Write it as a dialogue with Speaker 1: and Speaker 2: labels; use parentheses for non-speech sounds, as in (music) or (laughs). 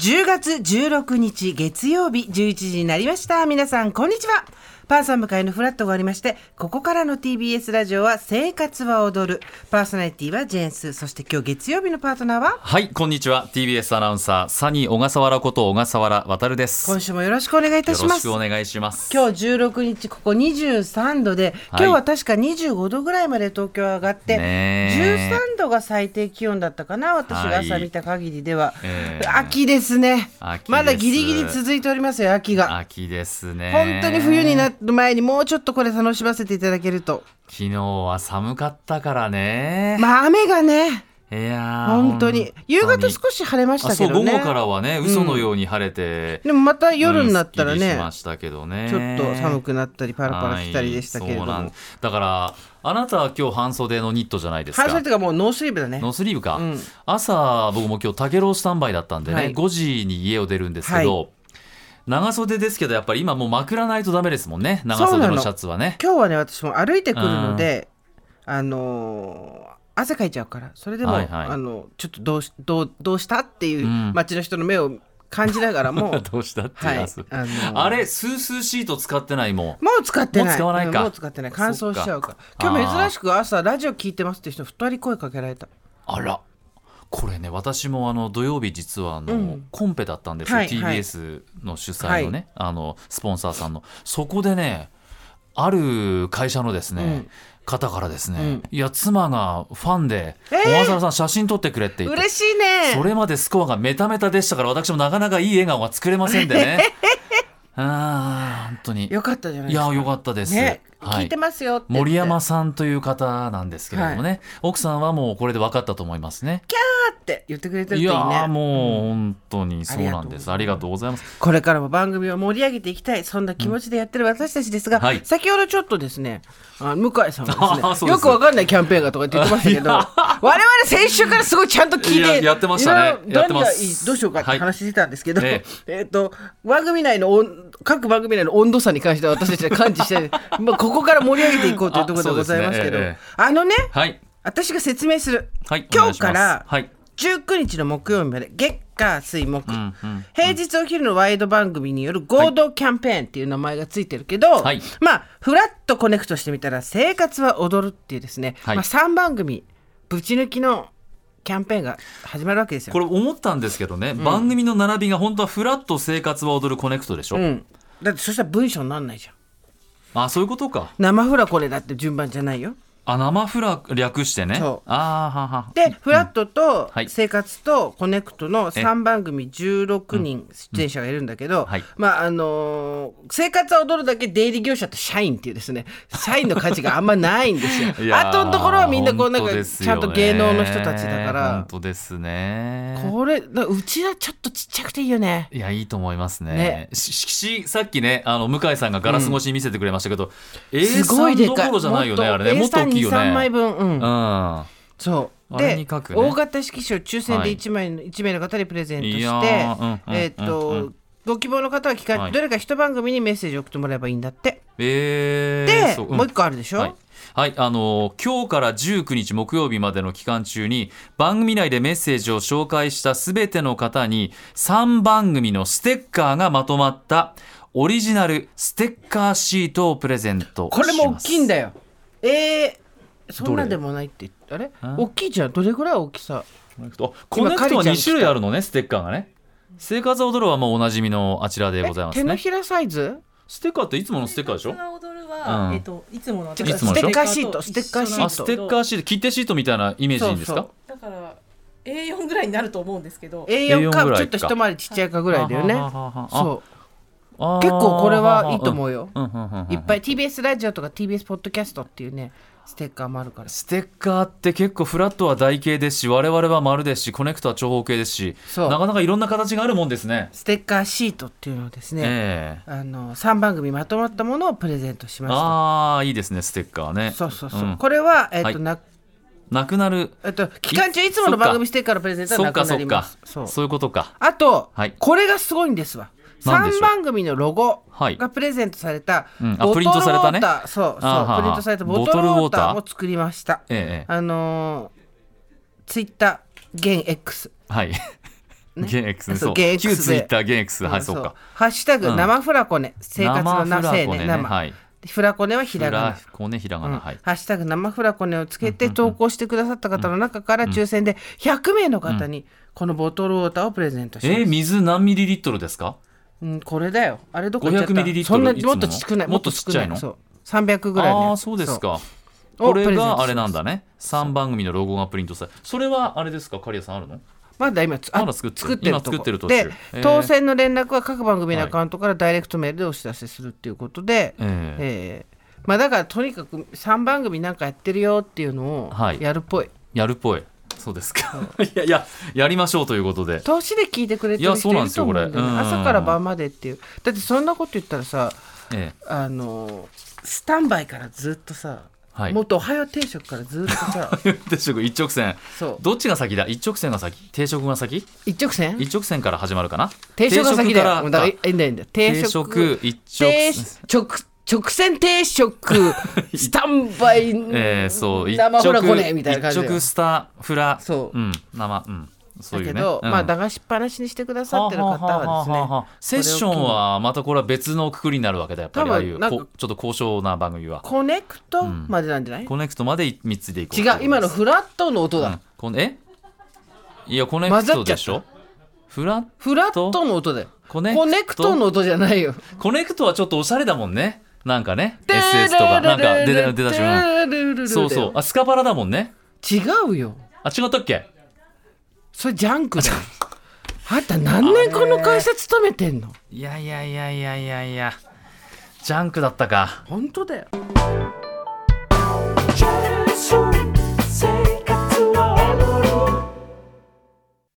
Speaker 1: 10月16日月曜日11時になりました。皆さん、こんにちは。パンサん向かいのフラットがありまして、ここからの TBS ラジオは生活は踊る。パーソナリティはジェーンス。そして今日月曜日のパートナーは
Speaker 2: はい、こんにちは。TBS アナウンサー、サニー小笠原こと小笠原渉です。
Speaker 1: 今週もよろしくお願いいたし
Speaker 2: よろ
Speaker 1: ま
Speaker 2: し
Speaker 1: す
Speaker 2: く。お願いします。
Speaker 1: 今日16日、ここ23度で、今
Speaker 2: はい
Speaker 1: 日は確か25度ぐらいまで東京は上がって、
Speaker 2: ねえ
Speaker 1: 13度が最低気温だったかな、私が朝見た限りでは。
Speaker 2: ええ
Speaker 1: 秋ですね
Speaker 2: 秋です
Speaker 1: まだギリギリ続いておりますよ、秋が。
Speaker 2: 秋ですね。
Speaker 1: 本当に冬になる前にもうちょっとこれ楽しませていただけると。
Speaker 2: 昨日は寒かったからね。
Speaker 1: まあ雨がね、
Speaker 2: いやー
Speaker 1: 本当に。夕方少し晴れまし
Speaker 2: あ
Speaker 1: た
Speaker 2: そ
Speaker 1: け
Speaker 2: う、
Speaker 1: ど
Speaker 2: 午
Speaker 1: ね。
Speaker 2: 後からはね、嘘のように晴れて、
Speaker 1: でもまた夜になったら
Speaker 2: うんすっきり
Speaker 1: ね
Speaker 2: し、ましたけどね。
Speaker 1: ちょっと寒くなったりパラパラしたりでしたけれども。
Speaker 2: はいそうなんだから、あなたは今日半袖のニットじゃないですか。
Speaker 1: 半袖というかもうノースリーブだね。
Speaker 2: ノースリーブか、
Speaker 1: うん
Speaker 2: 朝僕も今日竹郎スタンバイだったんでね、
Speaker 1: はい
Speaker 2: 5時に家を出るんですけど、長袖ですけどやっぱり今もうまくらないとダメですもんね長袖のシャツはね
Speaker 1: 今日はね私も歩いてくるので、あのー汗かいちゃうからそれでも、
Speaker 2: はいはい
Speaker 1: あのちょっとどうしどうどうしたっていう
Speaker 2: うん
Speaker 1: 街の人の目を感じながらも、
Speaker 2: (laughs) どうしたって
Speaker 1: はいい、あ
Speaker 2: うや
Speaker 1: の
Speaker 2: つ、
Speaker 1: ー
Speaker 2: あれスースーシート使ってないも
Speaker 1: もう使ってない
Speaker 2: もう使わないか
Speaker 1: んもう使ってない乾燥しちゃうから
Speaker 2: そっか
Speaker 1: 今日珍しく朝ラジオ聞いてますって人2人声かけられた
Speaker 2: うあらこれね私もあの土曜日実はあの、
Speaker 1: うん
Speaker 2: コンペだったんですよ、
Speaker 1: はいはい
Speaker 2: TBS の主催のね、あのスポンサーさんのそこでねある会社のですね、
Speaker 1: うん
Speaker 2: 方からですね、
Speaker 1: うん
Speaker 2: いや妻がファンで、
Speaker 1: えー
Speaker 2: 小笠原さん写真撮ってくれって言って
Speaker 1: 嬉しいね (laughs)
Speaker 2: それまでスコアがメタメタでしたから私もなかなかいい笑顔が作れませんで
Speaker 1: (laughs)
Speaker 2: ねああ本当にいや
Speaker 1: よかったじゃないですか
Speaker 2: よかったです、
Speaker 1: ね、
Speaker 2: は
Speaker 1: 聞いて
Speaker 2: い
Speaker 1: ますよって言って
Speaker 2: 森山さんという方なんですけれどもね、奥さんはもうこれで分かったと思いますね
Speaker 1: だって言ってくれてる
Speaker 2: い
Speaker 1: といい
Speaker 2: や
Speaker 1: ね
Speaker 2: ーもう本当にそうなんです
Speaker 1: あ
Speaker 2: あ
Speaker 1: り
Speaker 2: り
Speaker 1: が
Speaker 2: が
Speaker 1: と
Speaker 2: とうございます
Speaker 1: これからも番組を盛り上げていきたいそんな気持ちでやってる私たちですが、
Speaker 2: はい
Speaker 1: 先ほどちょっとですねあ向井さんがです
Speaker 2: (laughs) あ
Speaker 1: ね
Speaker 2: ーそうで
Speaker 1: よ
Speaker 2: す
Speaker 1: くわかんないキャンペーンがとか言って言ってましたけど我々先週からすごいちゃんと聞い
Speaker 2: いや
Speaker 1: て
Speaker 2: やってましたね
Speaker 1: いろいろ
Speaker 2: やってま
Speaker 1: 何が
Speaker 2: す
Speaker 1: いいどうしようかって話してたんですけど、
Speaker 2: はいえ
Speaker 1: えっと番組内の温各番組内の温度差に関しては私たちは感知して (laughs) まあここから盛り上げていこうというところでございますけど
Speaker 2: あ
Speaker 1: あ
Speaker 2: そうですね
Speaker 1: のね
Speaker 2: はい
Speaker 1: 私が説明する、
Speaker 2: はい
Speaker 1: 今
Speaker 2: お願い
Speaker 1: 日
Speaker 2: します
Speaker 1: から
Speaker 2: はい
Speaker 1: 19日の木曜日まで月火水木、
Speaker 2: んうん
Speaker 1: 平日お昼のワイド番組による合同キャンペーンっていう名前がついてるけど、
Speaker 2: はい
Speaker 1: まあフラッとコネクトしてみたら「生活は踊る」っていうですね、
Speaker 2: はい
Speaker 1: まあ、3番組ぶち抜きのキャンペーンが始まるわけですよ。
Speaker 2: これ思ったんですけどね、番組の並びが本当はフラット生活は踊るコネクトでしょ、
Speaker 1: うん、だってそしたら文章になんないじゃん。
Speaker 2: あそういうことか
Speaker 1: 生フラこれだって順番じゃないよ。
Speaker 2: あ生フラ略してね
Speaker 1: そう
Speaker 2: あーはは
Speaker 1: で、フラットと
Speaker 2: はい
Speaker 1: 生活とコネクトの
Speaker 2: え
Speaker 1: 3番組16人出演者がいるんだけど、
Speaker 2: はい
Speaker 1: まああのー生活は踊るだけ出入り業者と社員っていうです
Speaker 2: (laughs)
Speaker 1: ね社員の価値があんまないんですよ
Speaker 2: いやー
Speaker 1: あとのところはみんなこうなん
Speaker 2: 本
Speaker 1: か
Speaker 2: 当です
Speaker 1: ち
Speaker 2: よ
Speaker 1: ゃん
Speaker 2: ね
Speaker 1: と芸能の人たちだから
Speaker 2: 本、当ですね
Speaker 1: これだうちはちょっとちっちゃくていいよね
Speaker 2: いやいいと思いますね
Speaker 1: ね
Speaker 2: ししさっきねあの向井さんがガラス越しに見せてくれましたけど、
Speaker 1: すごいで
Speaker 2: A3 ど
Speaker 1: かい
Speaker 2: ころじゃないよねあれねも
Speaker 1: も
Speaker 2: っ
Speaker 1: っ
Speaker 2: と
Speaker 1: と
Speaker 2: 大きいよ
Speaker 1: A3 枚
Speaker 2: ね
Speaker 1: 分うん
Speaker 2: うん
Speaker 1: そう
Speaker 2: あ
Speaker 1: で、
Speaker 2: れに書くね
Speaker 1: 大型色紙を抽選
Speaker 2: は
Speaker 1: で
Speaker 2: い
Speaker 1: 1名の,、一名の方にプレゼントし
Speaker 2: い
Speaker 1: て、
Speaker 2: やーうんうん
Speaker 1: えーっと、
Speaker 2: うんうん
Speaker 1: ご希望の方は期間、
Speaker 2: はい
Speaker 1: どれか一番組にメッセージを送ってもらえばいいんだって。
Speaker 2: えー
Speaker 1: で、
Speaker 2: そん
Speaker 1: もう一個あるでしょ、
Speaker 2: はい、はい、あのー今日から19日木曜日までの期間中に番組内でメッセージを紹介したすべての方に3番組のステッカーがまとまったオリジナルステッカーシートをプレゼントします
Speaker 1: これも大きいんだよ。えー、そん
Speaker 2: ど
Speaker 1: な
Speaker 2: れ
Speaker 1: でもないってあれ
Speaker 2: あ
Speaker 1: 大きいじゃんどれぐらい大きさ
Speaker 2: あコネク
Speaker 1: 今カリ
Speaker 2: ト
Speaker 1: ちゃん
Speaker 2: は
Speaker 1: に
Speaker 2: 2種類あるのねステッカーがね生活は踊るはもうおなじみのあちらでございま
Speaker 1: 手
Speaker 2: す
Speaker 1: の
Speaker 2: ね
Speaker 1: ひらサイズ
Speaker 2: ステッカーっていつものステッカーでしょ
Speaker 3: 生活が踊るは、
Speaker 2: うん
Speaker 3: えっと、いつもの
Speaker 1: い
Speaker 3: 私
Speaker 1: つ
Speaker 2: もでしょステッ
Speaker 1: カーシートステッカーシート
Speaker 2: あステッカーシート切手シートみたいなイメージでいいんです
Speaker 1: そ
Speaker 2: か
Speaker 1: う
Speaker 3: だから A4 ぐらいになると思うんですけど
Speaker 1: A4
Speaker 2: A4 ぐ
Speaker 1: か
Speaker 2: らいか
Speaker 1: ちょっと一回りちっちゃいかぐらいだよね
Speaker 2: あはははは
Speaker 1: そ
Speaker 2: あ
Speaker 1: う
Speaker 2: ー
Speaker 1: 結構これはいいと思うよ、
Speaker 2: うんうんうんうん
Speaker 1: いっぱい TBS ラジオとか TBS ポッドキャストっていうねステッカーもあるから
Speaker 2: ステッカーって結構フラットは台形ですし我々は丸ですしコネクトは長方形ですし
Speaker 1: そう
Speaker 2: なかなかいろんな形があるもんですね。
Speaker 1: ステッカーシートっていうのをですね、
Speaker 2: ええ
Speaker 1: あの3番組まとまったものをプレゼントしまし
Speaker 2: ああいいですねステッカーね。
Speaker 1: たそうそうそう、
Speaker 2: ん
Speaker 1: これは、えっと
Speaker 2: はい
Speaker 1: な
Speaker 2: なくなる
Speaker 1: えっと、期間中いつもの番組ステッカーのプレゼント
Speaker 2: そ
Speaker 1: はな
Speaker 2: っか
Speaker 1: くな
Speaker 2: そ
Speaker 1: り
Speaker 2: っ
Speaker 1: ま
Speaker 2: か
Speaker 1: すそう
Speaker 2: そういうことか。
Speaker 1: あと、
Speaker 2: はい
Speaker 1: これがすごいんですわ
Speaker 2: なんでし
Speaker 1: 3
Speaker 2: ょう
Speaker 1: 番組のロゴ
Speaker 2: はい
Speaker 1: がプレゼントされた
Speaker 2: うんあ
Speaker 1: ボトルウ
Speaker 2: プリントされた
Speaker 1: ォ
Speaker 2: ね
Speaker 1: ーターそう
Speaker 2: あ
Speaker 1: そ
Speaker 2: は
Speaker 1: う
Speaker 2: は
Speaker 1: プリントされたボトルウォーターを作りました
Speaker 2: えええ
Speaker 1: あのー、ツイッター現 X
Speaker 2: (laughs) えはい。
Speaker 1: ね
Speaker 2: ゲン X ね
Speaker 1: そ
Speaker 2: そうう
Speaker 1: ゲン X
Speaker 2: 旧
Speaker 1: で
Speaker 2: ツイッターゲン X はいそうか
Speaker 1: ハッシュタグ、
Speaker 2: うん
Speaker 1: 生フラコネ生活のな
Speaker 2: 生
Speaker 1: 生
Speaker 2: フラコネ
Speaker 1: ね
Speaker 2: ね
Speaker 1: 生、
Speaker 2: はい
Speaker 1: フラコネはひ
Speaker 2: フ
Speaker 1: らがな
Speaker 2: ラコネひらが
Speaker 1: うん
Speaker 2: な
Speaker 1: ハ
Speaker 2: はい
Speaker 1: ッシュタグ生フラコネをつけて投稿してくださった方の中から抽選で100名の方にこのボトルウォーターをプレゼントします
Speaker 2: えー、水何ミリリットルですか
Speaker 1: うん、これだよ。あれどこ行っちゃった
Speaker 2: 500ml
Speaker 1: そんない
Speaker 2: つも
Speaker 1: もっとちっくない。
Speaker 2: もっとちっちゃいの
Speaker 1: もっと少ないそう。300ぐらいの
Speaker 2: ああ
Speaker 1: や
Speaker 2: ー
Speaker 1: つ
Speaker 2: そうです。
Speaker 1: そ
Speaker 2: か
Speaker 1: そう
Speaker 2: これ
Speaker 1: をプレゼントしま
Speaker 2: が
Speaker 1: す
Speaker 2: あれなんだね3番組のロゴがプリントされそれはあれですか刈谷さんあるの
Speaker 1: まだ今つあ
Speaker 2: まだ作ってる
Speaker 1: るとこ
Speaker 2: 今作ってる途中
Speaker 1: で、
Speaker 2: えー
Speaker 1: 当選の連絡は各番組のアカウントからダイレクトメールでお知らせするっていうことで、
Speaker 2: え
Speaker 1: え
Speaker 2: え
Speaker 1: ーまあだからとにかく3番組なんかやってるよっていうのを
Speaker 2: はい
Speaker 1: やるっぽい。
Speaker 2: やるっぽいそうですか (laughs) いやいややりましょうということで
Speaker 1: 投資で聞いてくれてる人いると思うんだよね
Speaker 2: いやそうなんですよこれうん
Speaker 1: 朝から晩までっていう。だってそんなこと言ったらさ、
Speaker 2: ええ
Speaker 1: あのスタンバイからずっとさ、
Speaker 2: はい、
Speaker 1: もっとおはよう定食からずっとさ
Speaker 2: (laughs) 定食一直線
Speaker 1: そう
Speaker 2: どっちが先だ一直線が先定食が先
Speaker 1: 一直線
Speaker 2: 一直線から始まるかな
Speaker 1: 定食が先だよ。もう
Speaker 2: 定食
Speaker 1: だから
Speaker 2: から
Speaker 1: いいんだよいいんだよ。定
Speaker 2: 定
Speaker 1: 食
Speaker 2: 食。一直
Speaker 1: 定
Speaker 2: 線
Speaker 1: 直直線定食スタンバイ、
Speaker 2: えー、そう一
Speaker 1: 生
Speaker 2: 直
Speaker 1: フラコネみたいな感じ
Speaker 2: 一
Speaker 1: だよ
Speaker 2: 直スタフラ
Speaker 1: そう
Speaker 2: うん、生うんそういう
Speaker 1: だ
Speaker 2: ね
Speaker 1: けど、
Speaker 2: うん
Speaker 1: まあ流しっぱなしにしてくださってる方はですね
Speaker 2: ああああああセッションはまたこれは別のくくりになるわけだやっぱり
Speaker 1: 多
Speaker 2: あ
Speaker 1: 分
Speaker 2: あいう
Speaker 1: なんか
Speaker 2: こちょっと高尚な番組は
Speaker 1: コネクトまでなんじゃない、
Speaker 2: コネクトまで3つでいこう
Speaker 1: 違う今のフラットの音だ、
Speaker 2: ラこのえいやコネクトでし
Speaker 1: 混
Speaker 2: ょフラ
Speaker 1: フラットの音だよ
Speaker 2: コ
Speaker 1: コ
Speaker 2: ネ
Speaker 1: ネ
Speaker 2: クト
Speaker 1: クトの音じゃないよ
Speaker 2: コネクトはちょっとおしゃれだもんねなんかね SS とかなんか出た出たし
Speaker 1: し
Speaker 2: そうそうあスカパラだもんね
Speaker 1: 違うよ
Speaker 2: あ違ったっけ
Speaker 1: それジャンクだよあんた何年この会社勤めてんの
Speaker 2: いやいやいやいやいやいやジャンクだったか
Speaker 1: 本当だよ
Speaker 4: ジャンクション